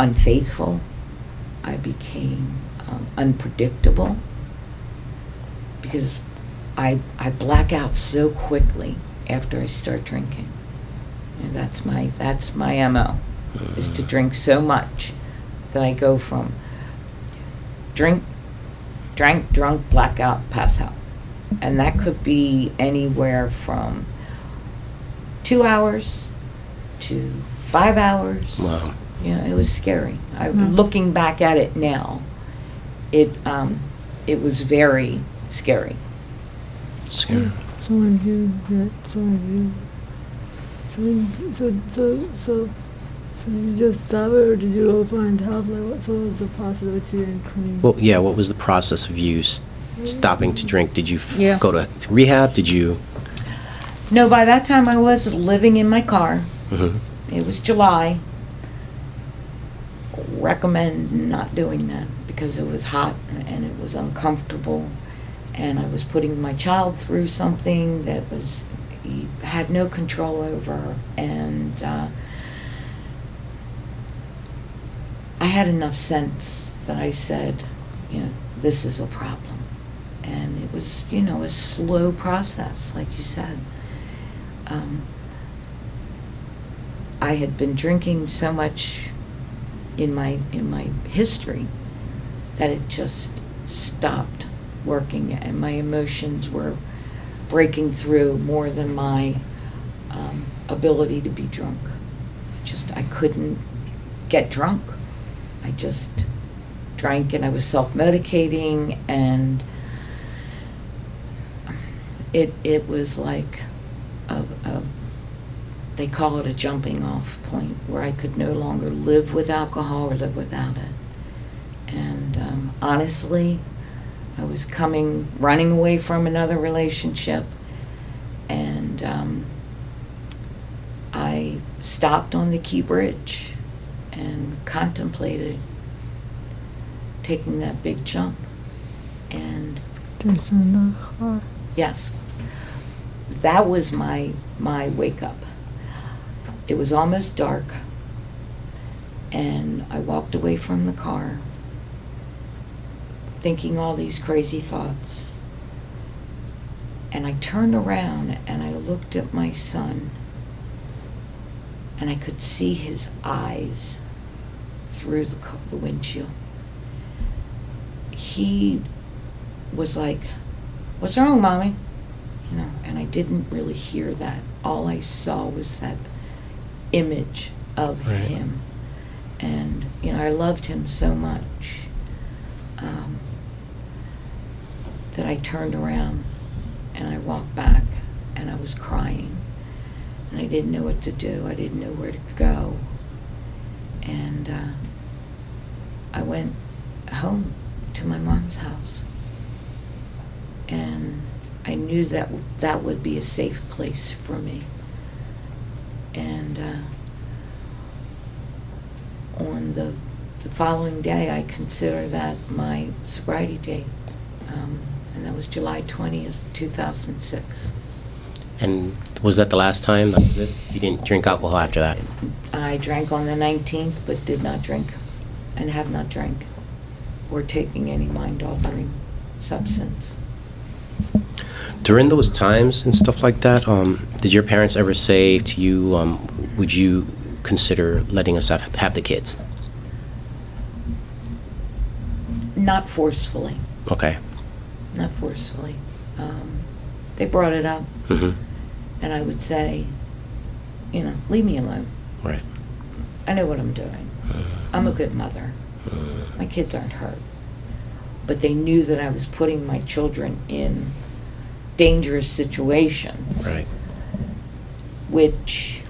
Speaker 3: unfaithful. I became um, unpredictable because I, I black out so quickly after I start drinking. And that's my that's my mo is to drink so much that I go from drink, drank, drunk, blackout, pass out, and that could be anywhere from two hours to five hours.
Speaker 1: Wow.
Speaker 3: You know, it was scary. I,
Speaker 4: Mm.
Speaker 3: Looking back at it now, it um, it was very scary.
Speaker 1: Scary.
Speaker 2: Someone do that. Someone do. So so so so. So did you just stop it, or did you go find help? Like what? So what was the process of what you didn't clean?
Speaker 1: Well, yeah. What was the process of you s- stopping to drink? Did you f-
Speaker 4: Yeah.
Speaker 1: go to rehab? Did you?
Speaker 3: No, by that time I was living in my car. It was July. Recommend not doing that because it was hot and it was uncomfortable. And I was putting my child through something that was, he had no control over. And uh, I had enough sense that I said, you know, this is a problem. And it was, you know, a slow process, like you said. Um, I had been drinking so much in my in my history that it just stopped working, and my emotions were breaking through more than my um, ability to be drunk. Just I couldn't get drunk. I just drank, and I was self-medicating, and it it was like a, a they call it a jumping off point where I could no longer live with alcohol or live without it. And um, honestly, I was coming, running away from another relationship, and um, I stopped on the Key Bridge and contemplated taking that big jump. And
Speaker 2: There's another car.
Speaker 3: Yes. That was my my wake up. It was almost dark and I walked away from the car thinking all these crazy thoughts. And I turned around and I looked at my son and I could see his eyes through the, co- the windshield. He was like, What's wrong, mommy? You know, and I didn't really hear that. All I saw was that image of
Speaker 1: Right.
Speaker 3: him. And, you know, I loved him so much um, that I turned around and I walked back and I was crying. And I didn't know what to do, I didn't know where to go. And uh, I went home to my mom's house. And I knew that that would be a safe place for me. And uh, on the, the following day, I consider that my sobriety date. Um, and that was July 20th, 2006.
Speaker 1: And was that the last time? That was it? You didn't drink alcohol after that?
Speaker 3: I drank on the 19th, but did not drink and have not drank or taking any mind altering substance.
Speaker 1: During those times and stuff like that, um, did your parents ever say to you, um, would you consider letting us have, have the kids?
Speaker 3: Not forcefully,
Speaker 1: Okay.
Speaker 3: not forcefully. Um, they brought it up,
Speaker 1: hmm
Speaker 3: and I would say, you know, leave me alone.
Speaker 1: Right.
Speaker 3: I know what I'm doing. I'm a good mother.
Speaker 1: Mm-hmm.
Speaker 3: My kids aren't hurt. But they knew that I was putting my children in dangerous situations.
Speaker 1: Right.
Speaker 3: Which,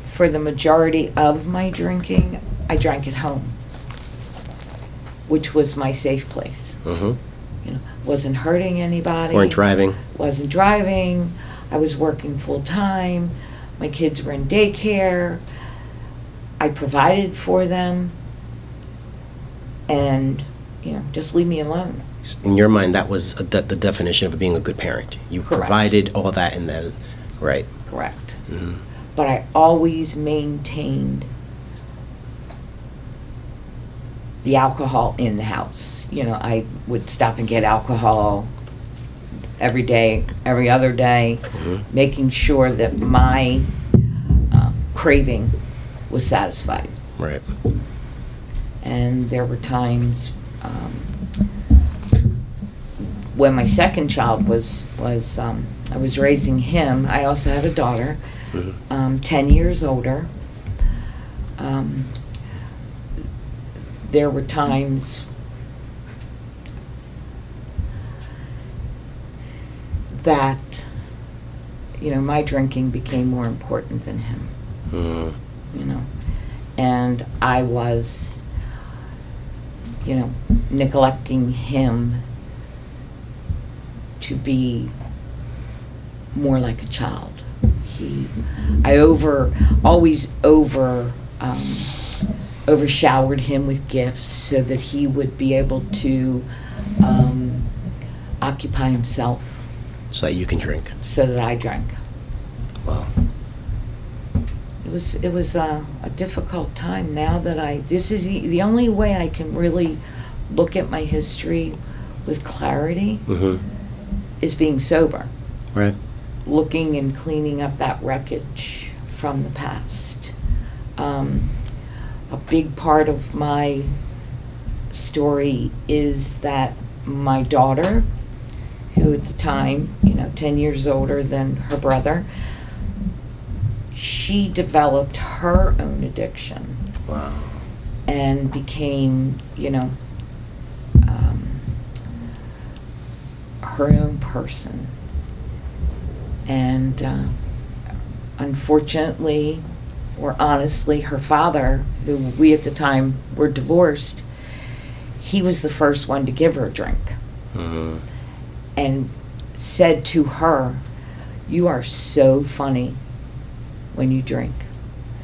Speaker 3: for the majority of my drinking, I drank at home, which was my safe place.
Speaker 1: hmm
Speaker 3: You know, wasn't hurting anybody.
Speaker 1: Weren't driving.
Speaker 3: Wasn't driving. I was working full time. My kids were in daycare. I provided for them. And, you know, just leave me alone.
Speaker 1: In your mind, that was a, that the definition of being a good parent. You
Speaker 3: Correct.
Speaker 1: provided all that and then, right.
Speaker 3: Correct.
Speaker 1: Mhm.
Speaker 3: But I always maintained the alcohol in the house. You know, I would stop and get alcohol every day, every other day,
Speaker 1: Mm-hmm.
Speaker 3: making sure that my uh, craving was satisfied.
Speaker 1: Right.
Speaker 3: And there were times um, when my second child was was um, I was raising him. I also had a daughter,
Speaker 1: Mhm.
Speaker 3: um, ten years older. Um, there were times that you know my drinking became more important than him
Speaker 1: Mm.
Speaker 3: you know. And I was, you know, neglecting him to be more like a child. He, I over, always over, um, over showered him with gifts so that he would be able to um, occupy himself
Speaker 1: So that you can drink.
Speaker 3: so that I drank.
Speaker 1: Wow.
Speaker 3: It was it was a, a difficult time. Now that I this is the, the only way I can really look at my history with clarity
Speaker 1: hmm
Speaker 3: is being sober,
Speaker 1: Right.
Speaker 3: looking and cleaning up that wreckage from the past. Um, a big part of my story is that my daughter, who at the time you know ten years older than her brother, she developed her own addiction
Speaker 1: Wow.
Speaker 3: and became, you know, um, her own person. And uh, unfortunately, or honestly, her father, who we at the time were divorced, he was the first one to give her a drink
Speaker 1: Mm.
Speaker 3: and said to her, You are so funny when you drink.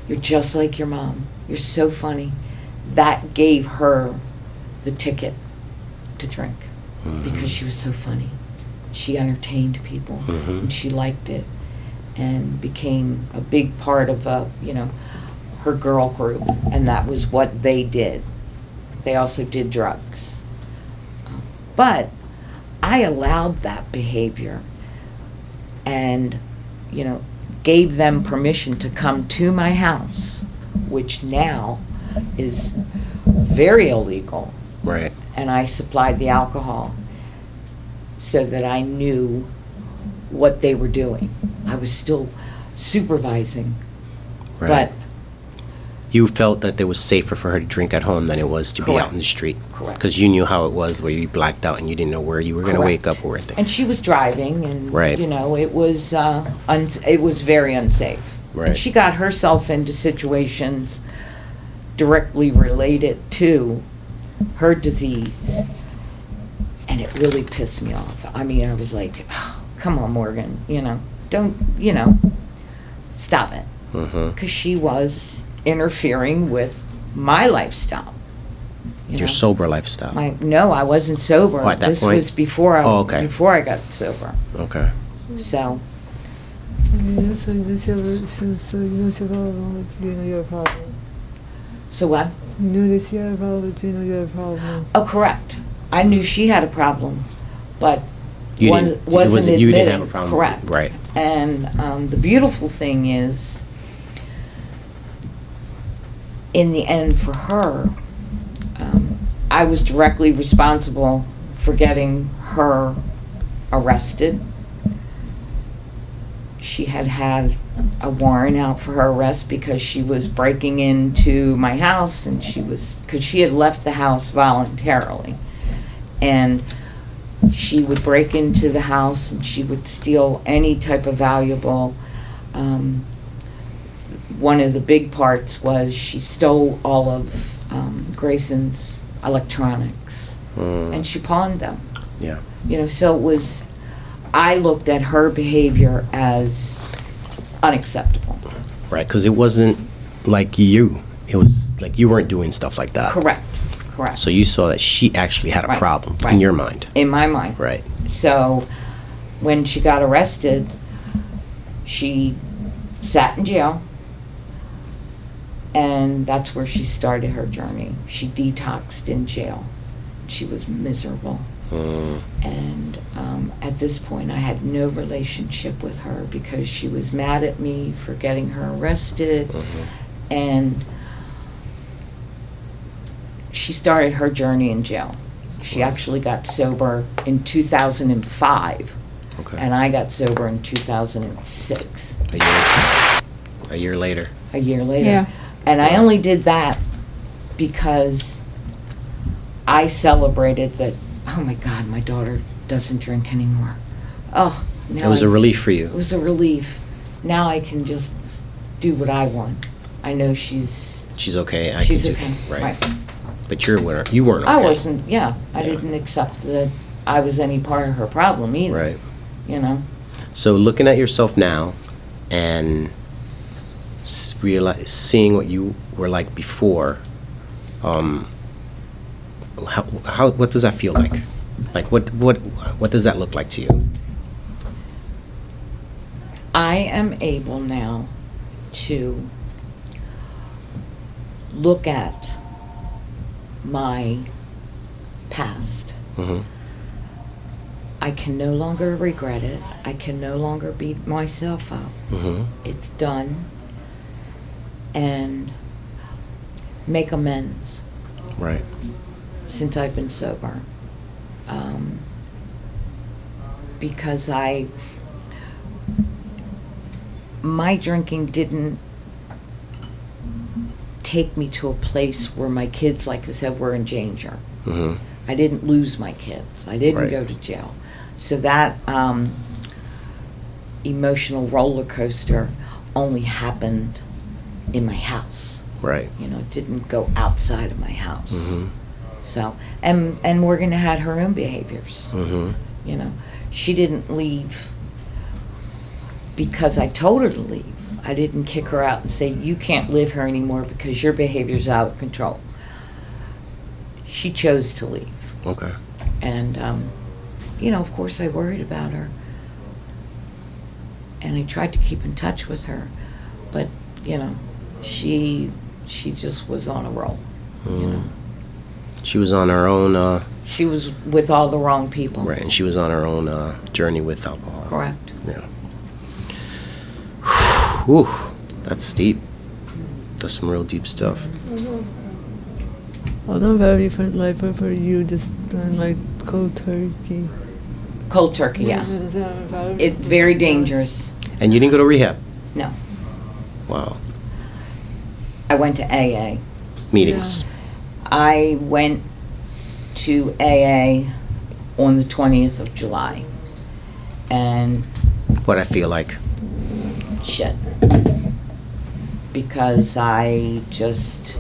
Speaker 3: You're just like your mom. You're so funny. That gave her the ticket to drink
Speaker 1: Mm-hmm.
Speaker 3: because she was so funny. She entertained people
Speaker 1: Mhm.
Speaker 3: and she liked it and became a big part of a, you know, her girl group and that was what they did. They also did drugs. But I allowed that behavior and, you know, gave them permission to come to my house, which now is very illegal.
Speaker 1: Right.
Speaker 3: And I supplied the alcohol so that I knew what they were doing. I was still supervising
Speaker 1: Right. You felt that it was safer for her to drink at home than it was to be out in the street?
Speaker 3: Correct.
Speaker 1: Because you knew how it was, where you blacked out and you didn't know where you were going to wake
Speaker 3: Correct.
Speaker 1: up or anything.
Speaker 3: And she was driving, and
Speaker 1: Right.
Speaker 3: you know, it was uh, un- it was very unsafe.
Speaker 1: Right.
Speaker 3: And she got herself into situations directly related to her disease, and it really pissed me off. I mean, I was like, oh, "Come on, Morgan, you know, don't you know, stop it,"
Speaker 1: Mhm.
Speaker 3: because she was interfering with my lifestyle. you
Speaker 1: Your
Speaker 3: know?
Speaker 1: sober lifestyle.
Speaker 3: My, no, I wasn't sober.
Speaker 1: Oh, at that
Speaker 3: this
Speaker 1: point?
Speaker 3: was before I
Speaker 1: Oh, okay.
Speaker 3: before I got sober.
Speaker 1: Okay.
Speaker 3: So
Speaker 2: You know, so you should, so, so you know, she's all wrong. You know, you're a problem.
Speaker 3: so what?
Speaker 2: You knew this, you had a problem. You know, you had a problem.
Speaker 3: Oh, correct. I knew she had a problem, but
Speaker 1: You
Speaker 3: was,
Speaker 1: didn't- it
Speaker 3: wasn't
Speaker 1: wasn't-
Speaker 3: admitted.
Speaker 1: you didn't have a problem with it,
Speaker 3: Correct.
Speaker 1: right.
Speaker 3: And um, the beautiful thing is, in the end, for her, um, I was directly responsible for getting her arrested. She had had a warrant out for her arrest because she was breaking into my house and she was, because she had left the house voluntarily. And she would break into the house and she would steal any type of valuable. Um, one of the big parts was she stole all of um, Grayson's electronics
Speaker 1: Mm,
Speaker 3: and she pawned them.
Speaker 1: Yeah.
Speaker 3: You know, so it was, I looked at her behavior as unacceptable.
Speaker 1: Right, because it wasn't like you. It was like you weren't doing stuff like that.
Speaker 3: Correct, correct.
Speaker 1: Uh, So you saw that she actually had a
Speaker 3: Right,
Speaker 1: problem in
Speaker 3: right.
Speaker 1: your mind.
Speaker 3: in my mind.
Speaker 1: Right.
Speaker 3: So when she got arrested, she sat in jail. And that's where she started her journey. She detoxed in jail. She was miserable.
Speaker 1: Mm,
Speaker 3: And um, at this point, I had no relationship with her because she was mad at me for getting her arrested.
Speaker 1: Mm-hmm.
Speaker 3: And she started her journey in jail. She actually got sober in 2005,
Speaker 1: okay.
Speaker 3: and I got sober in 2006,
Speaker 1: a, year, a year later.
Speaker 3: a year later.
Speaker 4: Yeah.
Speaker 3: And I only did that because I celebrated that, oh my God, my daughter doesn't drink anymore. Oh, now.
Speaker 1: it was
Speaker 3: I-
Speaker 1: a relief for
Speaker 3: It
Speaker 1: you.
Speaker 3: was a relief. Now I can just do what I want. I know she's,
Speaker 1: She's okay. I
Speaker 3: she's
Speaker 1: can
Speaker 3: okay.
Speaker 1: Do, right. But you're winner. You weren't okay.
Speaker 3: I wasn't, yeah, I
Speaker 1: Yeah.
Speaker 3: didn't accept that I was any part of her problem either.
Speaker 1: Right.
Speaker 3: You know?
Speaker 1: So looking at yourself now, and s- realize, seeing what you were like before, um, how, how what does that feel like? Like what what what does that look like to you?
Speaker 3: I am able now to look at my past.
Speaker 1: Mm-hmm.
Speaker 3: I can no longer regret it. I can no longer beat myself up.
Speaker 1: Mm-hmm.
Speaker 3: It's done. And make amends
Speaker 1: Right.
Speaker 3: since I've been sober. Um, because I, my drinking didn't take me to a place where my kids, like I said, were in danger.
Speaker 1: Mm-hmm.
Speaker 3: I didn't lose my kids. I didn't
Speaker 1: Right.
Speaker 3: go to jail. So that um, emotional roller coaster only happened in my house.
Speaker 1: Right.
Speaker 3: You know, it didn't go outside of my house.
Speaker 1: Mm-hmm.
Speaker 3: So, and and Morgan had her own behaviors.
Speaker 1: Mm-hmm.
Speaker 3: You know, she didn't leave because I told her to leave. I didn't kick her out and say you can't live here anymore because your behavior's out of control. She chose to leave,
Speaker 1: Okay.
Speaker 3: and um, you know, of course, I worried about her, and I tried to keep in touch with her, but you know, she she just was on a roll. You know.
Speaker 1: Mm-hmm. She was on her own. Uh,
Speaker 3: She was with all the wrong people.
Speaker 1: right, and she was on her own uh, journey with alcohol.
Speaker 3: Correct.
Speaker 1: Yeah. Whew, that's deep. That's some real deep stuff.
Speaker 2: Although very different life, but for you, just done like cold turkey.
Speaker 3: Cold turkey, yeah.
Speaker 2: Mm-hmm.
Speaker 3: It very dangerous.
Speaker 1: And you didn't go to rehab.
Speaker 3: No.
Speaker 1: Wow.
Speaker 3: I went to AA.
Speaker 1: meetings.
Speaker 3: I went to AA on the 20th of July. And
Speaker 1: What I feel like.
Speaker 3: shit. Because I just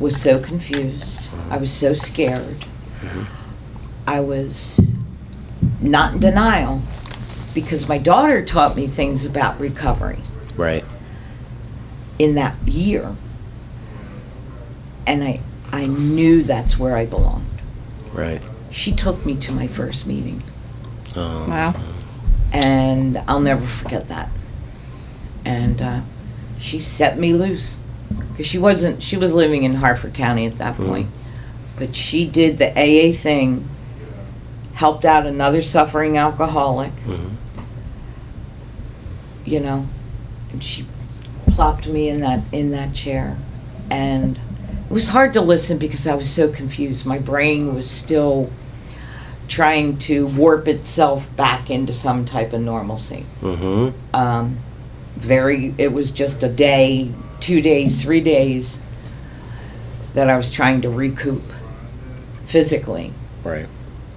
Speaker 3: was so confused. I was so scared. I was not in denial because my daughter taught me things about recovery
Speaker 1: Right.
Speaker 3: in that year. And I, I knew that's where I belonged.
Speaker 1: Right.
Speaker 3: She took me to my first meeting.
Speaker 1: Um,
Speaker 4: Wow.
Speaker 3: and I'll never forget that. And uh, she set me loose because she wasn't. She was living in Harford County at that
Speaker 1: Mhm.
Speaker 3: point, but she did the AA thing, helped out another suffering alcoholic.
Speaker 1: mhm.
Speaker 3: You know, and she plopped me in that in that chair, and it was hard to listen because I was so confused. My brain was still trying to warp itself back into some type of normalcy.
Speaker 1: Mhm.
Speaker 3: um, very it was just a day two days three days that i was trying to recoup physically
Speaker 1: Right.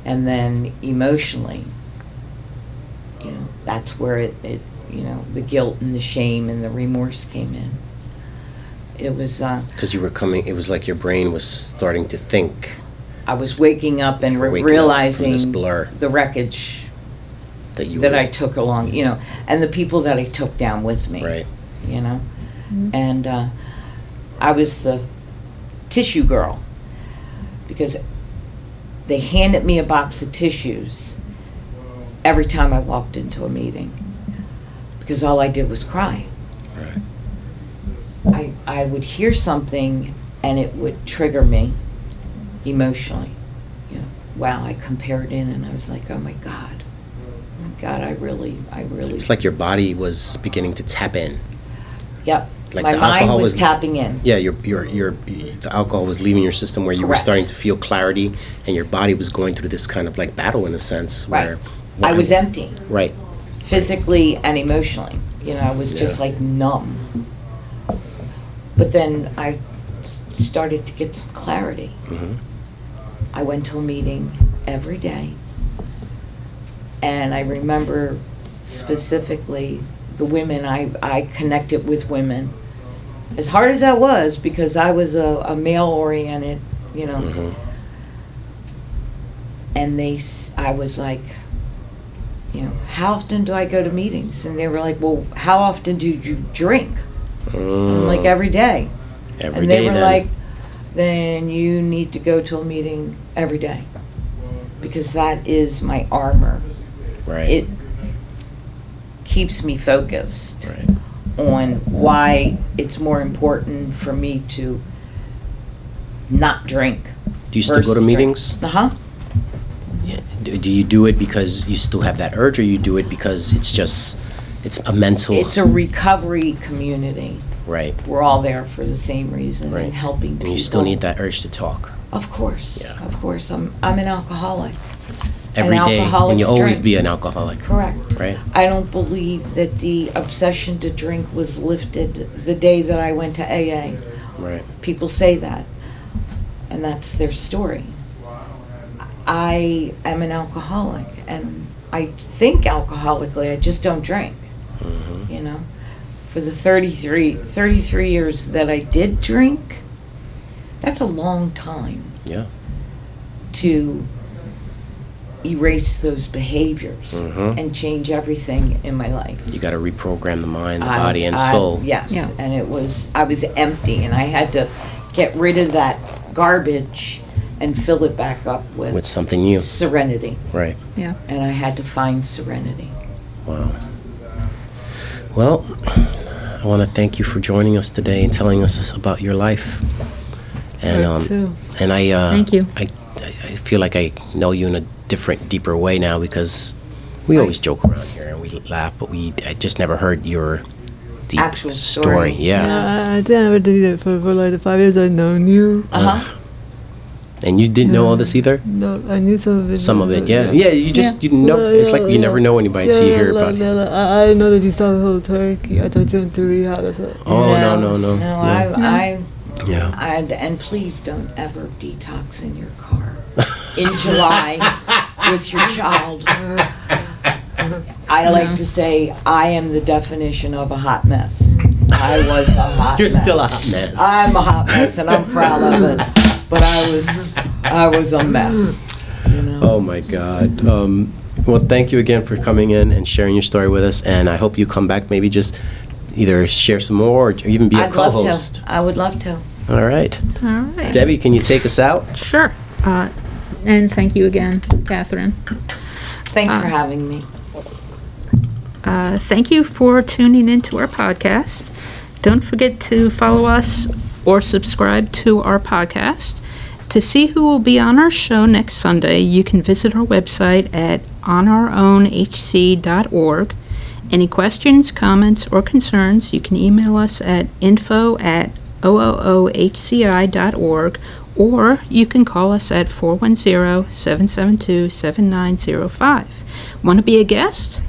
Speaker 3: and then emotionally you know that's where it, it you know the guilt and the shame and the remorse came in it was uh,
Speaker 1: Because you were coming. It was like your brain was starting to think.
Speaker 3: i was waking up and re-
Speaker 1: Waking up from
Speaker 3: realizing
Speaker 1: this blur.
Speaker 3: the wreckage
Speaker 1: that you
Speaker 3: that
Speaker 1: were,
Speaker 3: i took along you know and the people that i took down with me
Speaker 1: right
Speaker 3: you know. And uh, I was the tissue girl because they handed me a box of tissues every time I walked into a meeting because all I did was cry.
Speaker 1: right
Speaker 3: I, I would hear something and it would trigger me emotionally. You know, wow, I compared in and I was like, oh my God. Oh my God, I really, I really.
Speaker 1: it's like your body was beginning to tap in
Speaker 3: Yep.
Speaker 1: like
Speaker 3: My
Speaker 1: the
Speaker 3: mind
Speaker 1: alcohol
Speaker 3: was
Speaker 1: was-
Speaker 3: tapping in.
Speaker 1: yeah your your your the alcohol was leaving your system where you were
Speaker 3: Correct.
Speaker 1: starting to feel clarity and your body was going through this kind of like battle in a sense
Speaker 3: Right.
Speaker 1: where
Speaker 3: I was empty.
Speaker 1: right
Speaker 3: physically and emotionally. You know, I was just
Speaker 1: Yeah.
Speaker 3: like numb. But then I started to get some clarity.
Speaker 1: hmm
Speaker 3: I went to a meeting every day. And I remember specifically the women I, I connected with women. As hard as that was, because I was a, a male oriented, you know,
Speaker 1: hmm
Speaker 3: and they s- i was like you know how often do i go to meetings and they were like well how often do you drink i'm like every
Speaker 1: Mm-hmm.
Speaker 3: day
Speaker 1: Hmm. Mm. every
Speaker 3: and they
Speaker 1: day
Speaker 3: were
Speaker 1: then.
Speaker 3: like then you need to go to a meeting every day because that is my armor
Speaker 1: right
Speaker 3: it keeps me focused
Speaker 1: right
Speaker 3: on why it's more important for me to not drink
Speaker 1: do you still go to
Speaker 3: versus drink.
Speaker 1: meetings
Speaker 3: uh-huh
Speaker 1: yeah. do, do you do it because you still have that urge or you do it because it's just it's a mental
Speaker 3: it's a recovery community
Speaker 1: right
Speaker 3: we're all there for the same reason
Speaker 1: Right.
Speaker 3: and helping
Speaker 1: and
Speaker 3: people.
Speaker 1: you still need that urge to talk
Speaker 3: Of course,
Speaker 1: Yeah.
Speaker 3: of course. I'm I'm an alcoholic.
Speaker 1: every day and
Speaker 3: alcoholics
Speaker 1: you'll always
Speaker 3: drink.
Speaker 1: be an alcoholic
Speaker 3: Correct.
Speaker 1: right
Speaker 3: I don't believe that the obsession to drink was lifted the day that I went to AA.
Speaker 1: right
Speaker 3: People say that, and that's their story. I am an alcoholic, and I think alcoholically. I just don't drink.
Speaker 1: hmm
Speaker 3: you know for the 33 33 years that i did drink that's a long time
Speaker 1: yeah
Speaker 3: to erase those behaviors
Speaker 1: Mhm.
Speaker 3: and change everything in my life
Speaker 1: You got to reprogram the mind, the
Speaker 3: I-
Speaker 1: body, and
Speaker 3: I-
Speaker 1: soul.
Speaker 3: yes
Speaker 4: Yeah.
Speaker 3: and it was i was empty and i had to get rid of that garbage and fill it back up with,
Speaker 1: With something new.
Speaker 3: serenity
Speaker 1: Right.
Speaker 4: Yeah.
Speaker 3: and i had to find serenity
Speaker 1: Wow. Well, I want to thank you for joining us today and telling us about your life. And um,
Speaker 2: Right, too.
Speaker 1: and I uh,
Speaker 4: Thank you.
Speaker 1: I, I I feel like I know you in a different, deeper way now because we always joke around here and we laugh, but we I just never heard your deep
Speaker 3: Actual story.
Speaker 1: Yeah.
Speaker 2: I, I didn't ever do it for, for like the five years I've known you.
Speaker 3: uh-huh
Speaker 1: Uh-huh. And you didn't know all this either?
Speaker 2: No, I knew some of it.
Speaker 1: Some of it, yeah. Yeah, you just, you know,
Speaker 2: Yeah,
Speaker 1: it's
Speaker 2: yeah,
Speaker 1: like you never
Speaker 2: yeah.
Speaker 1: know anybody
Speaker 2: Yeah,
Speaker 1: until you
Speaker 2: yeah,
Speaker 1: hear
Speaker 2: la-
Speaker 1: about
Speaker 2: la-
Speaker 1: it.
Speaker 2: la. I, I didn't know that you started whole turkey. I thought you went to rehab. That's what.
Speaker 1: Oh, no, no, no.
Speaker 3: No, I, I,
Speaker 1: Yeah.
Speaker 3: I, and please don't ever detox in your car in July with your child. I like to say I am the definition of a hot mess. I was a hot
Speaker 1: You're
Speaker 3: mess.
Speaker 1: still a hot mess.
Speaker 3: I'm a hot mess and I'm proud of it. But I was I was a mess. You know.
Speaker 1: Oh my God. Um, well, thank you again for coming in and sharing your story with us. And I hope you come back, maybe just either share some more or even be a
Speaker 3: I'd
Speaker 1: co
Speaker 3: love
Speaker 1: host.
Speaker 3: to. I would love to.
Speaker 1: All right.
Speaker 4: All right.
Speaker 1: Debbie, can you take us out?
Speaker 4: Sure. Uh, and thank you again, Catherine.
Speaker 3: Thanks
Speaker 1: Ah.
Speaker 3: for having me.
Speaker 4: Uh, thank you for tuning into our podcast. Don't forget to follow us or subscribe to our podcast. To see who will be on our show next Sunday, you can visit our website at onourownhc.org. Any questions, comments, or concerns, you can email us at info at oohci.org or you can call us at 410 772 7905. Want to be a guest?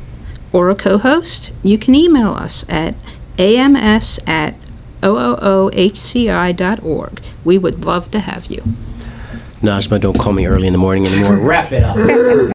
Speaker 4: or a co-host, you can email us at ams at oohci.org. We would love to have you.
Speaker 1: Najma, don't call me early in the morning anymore. Wrap it up.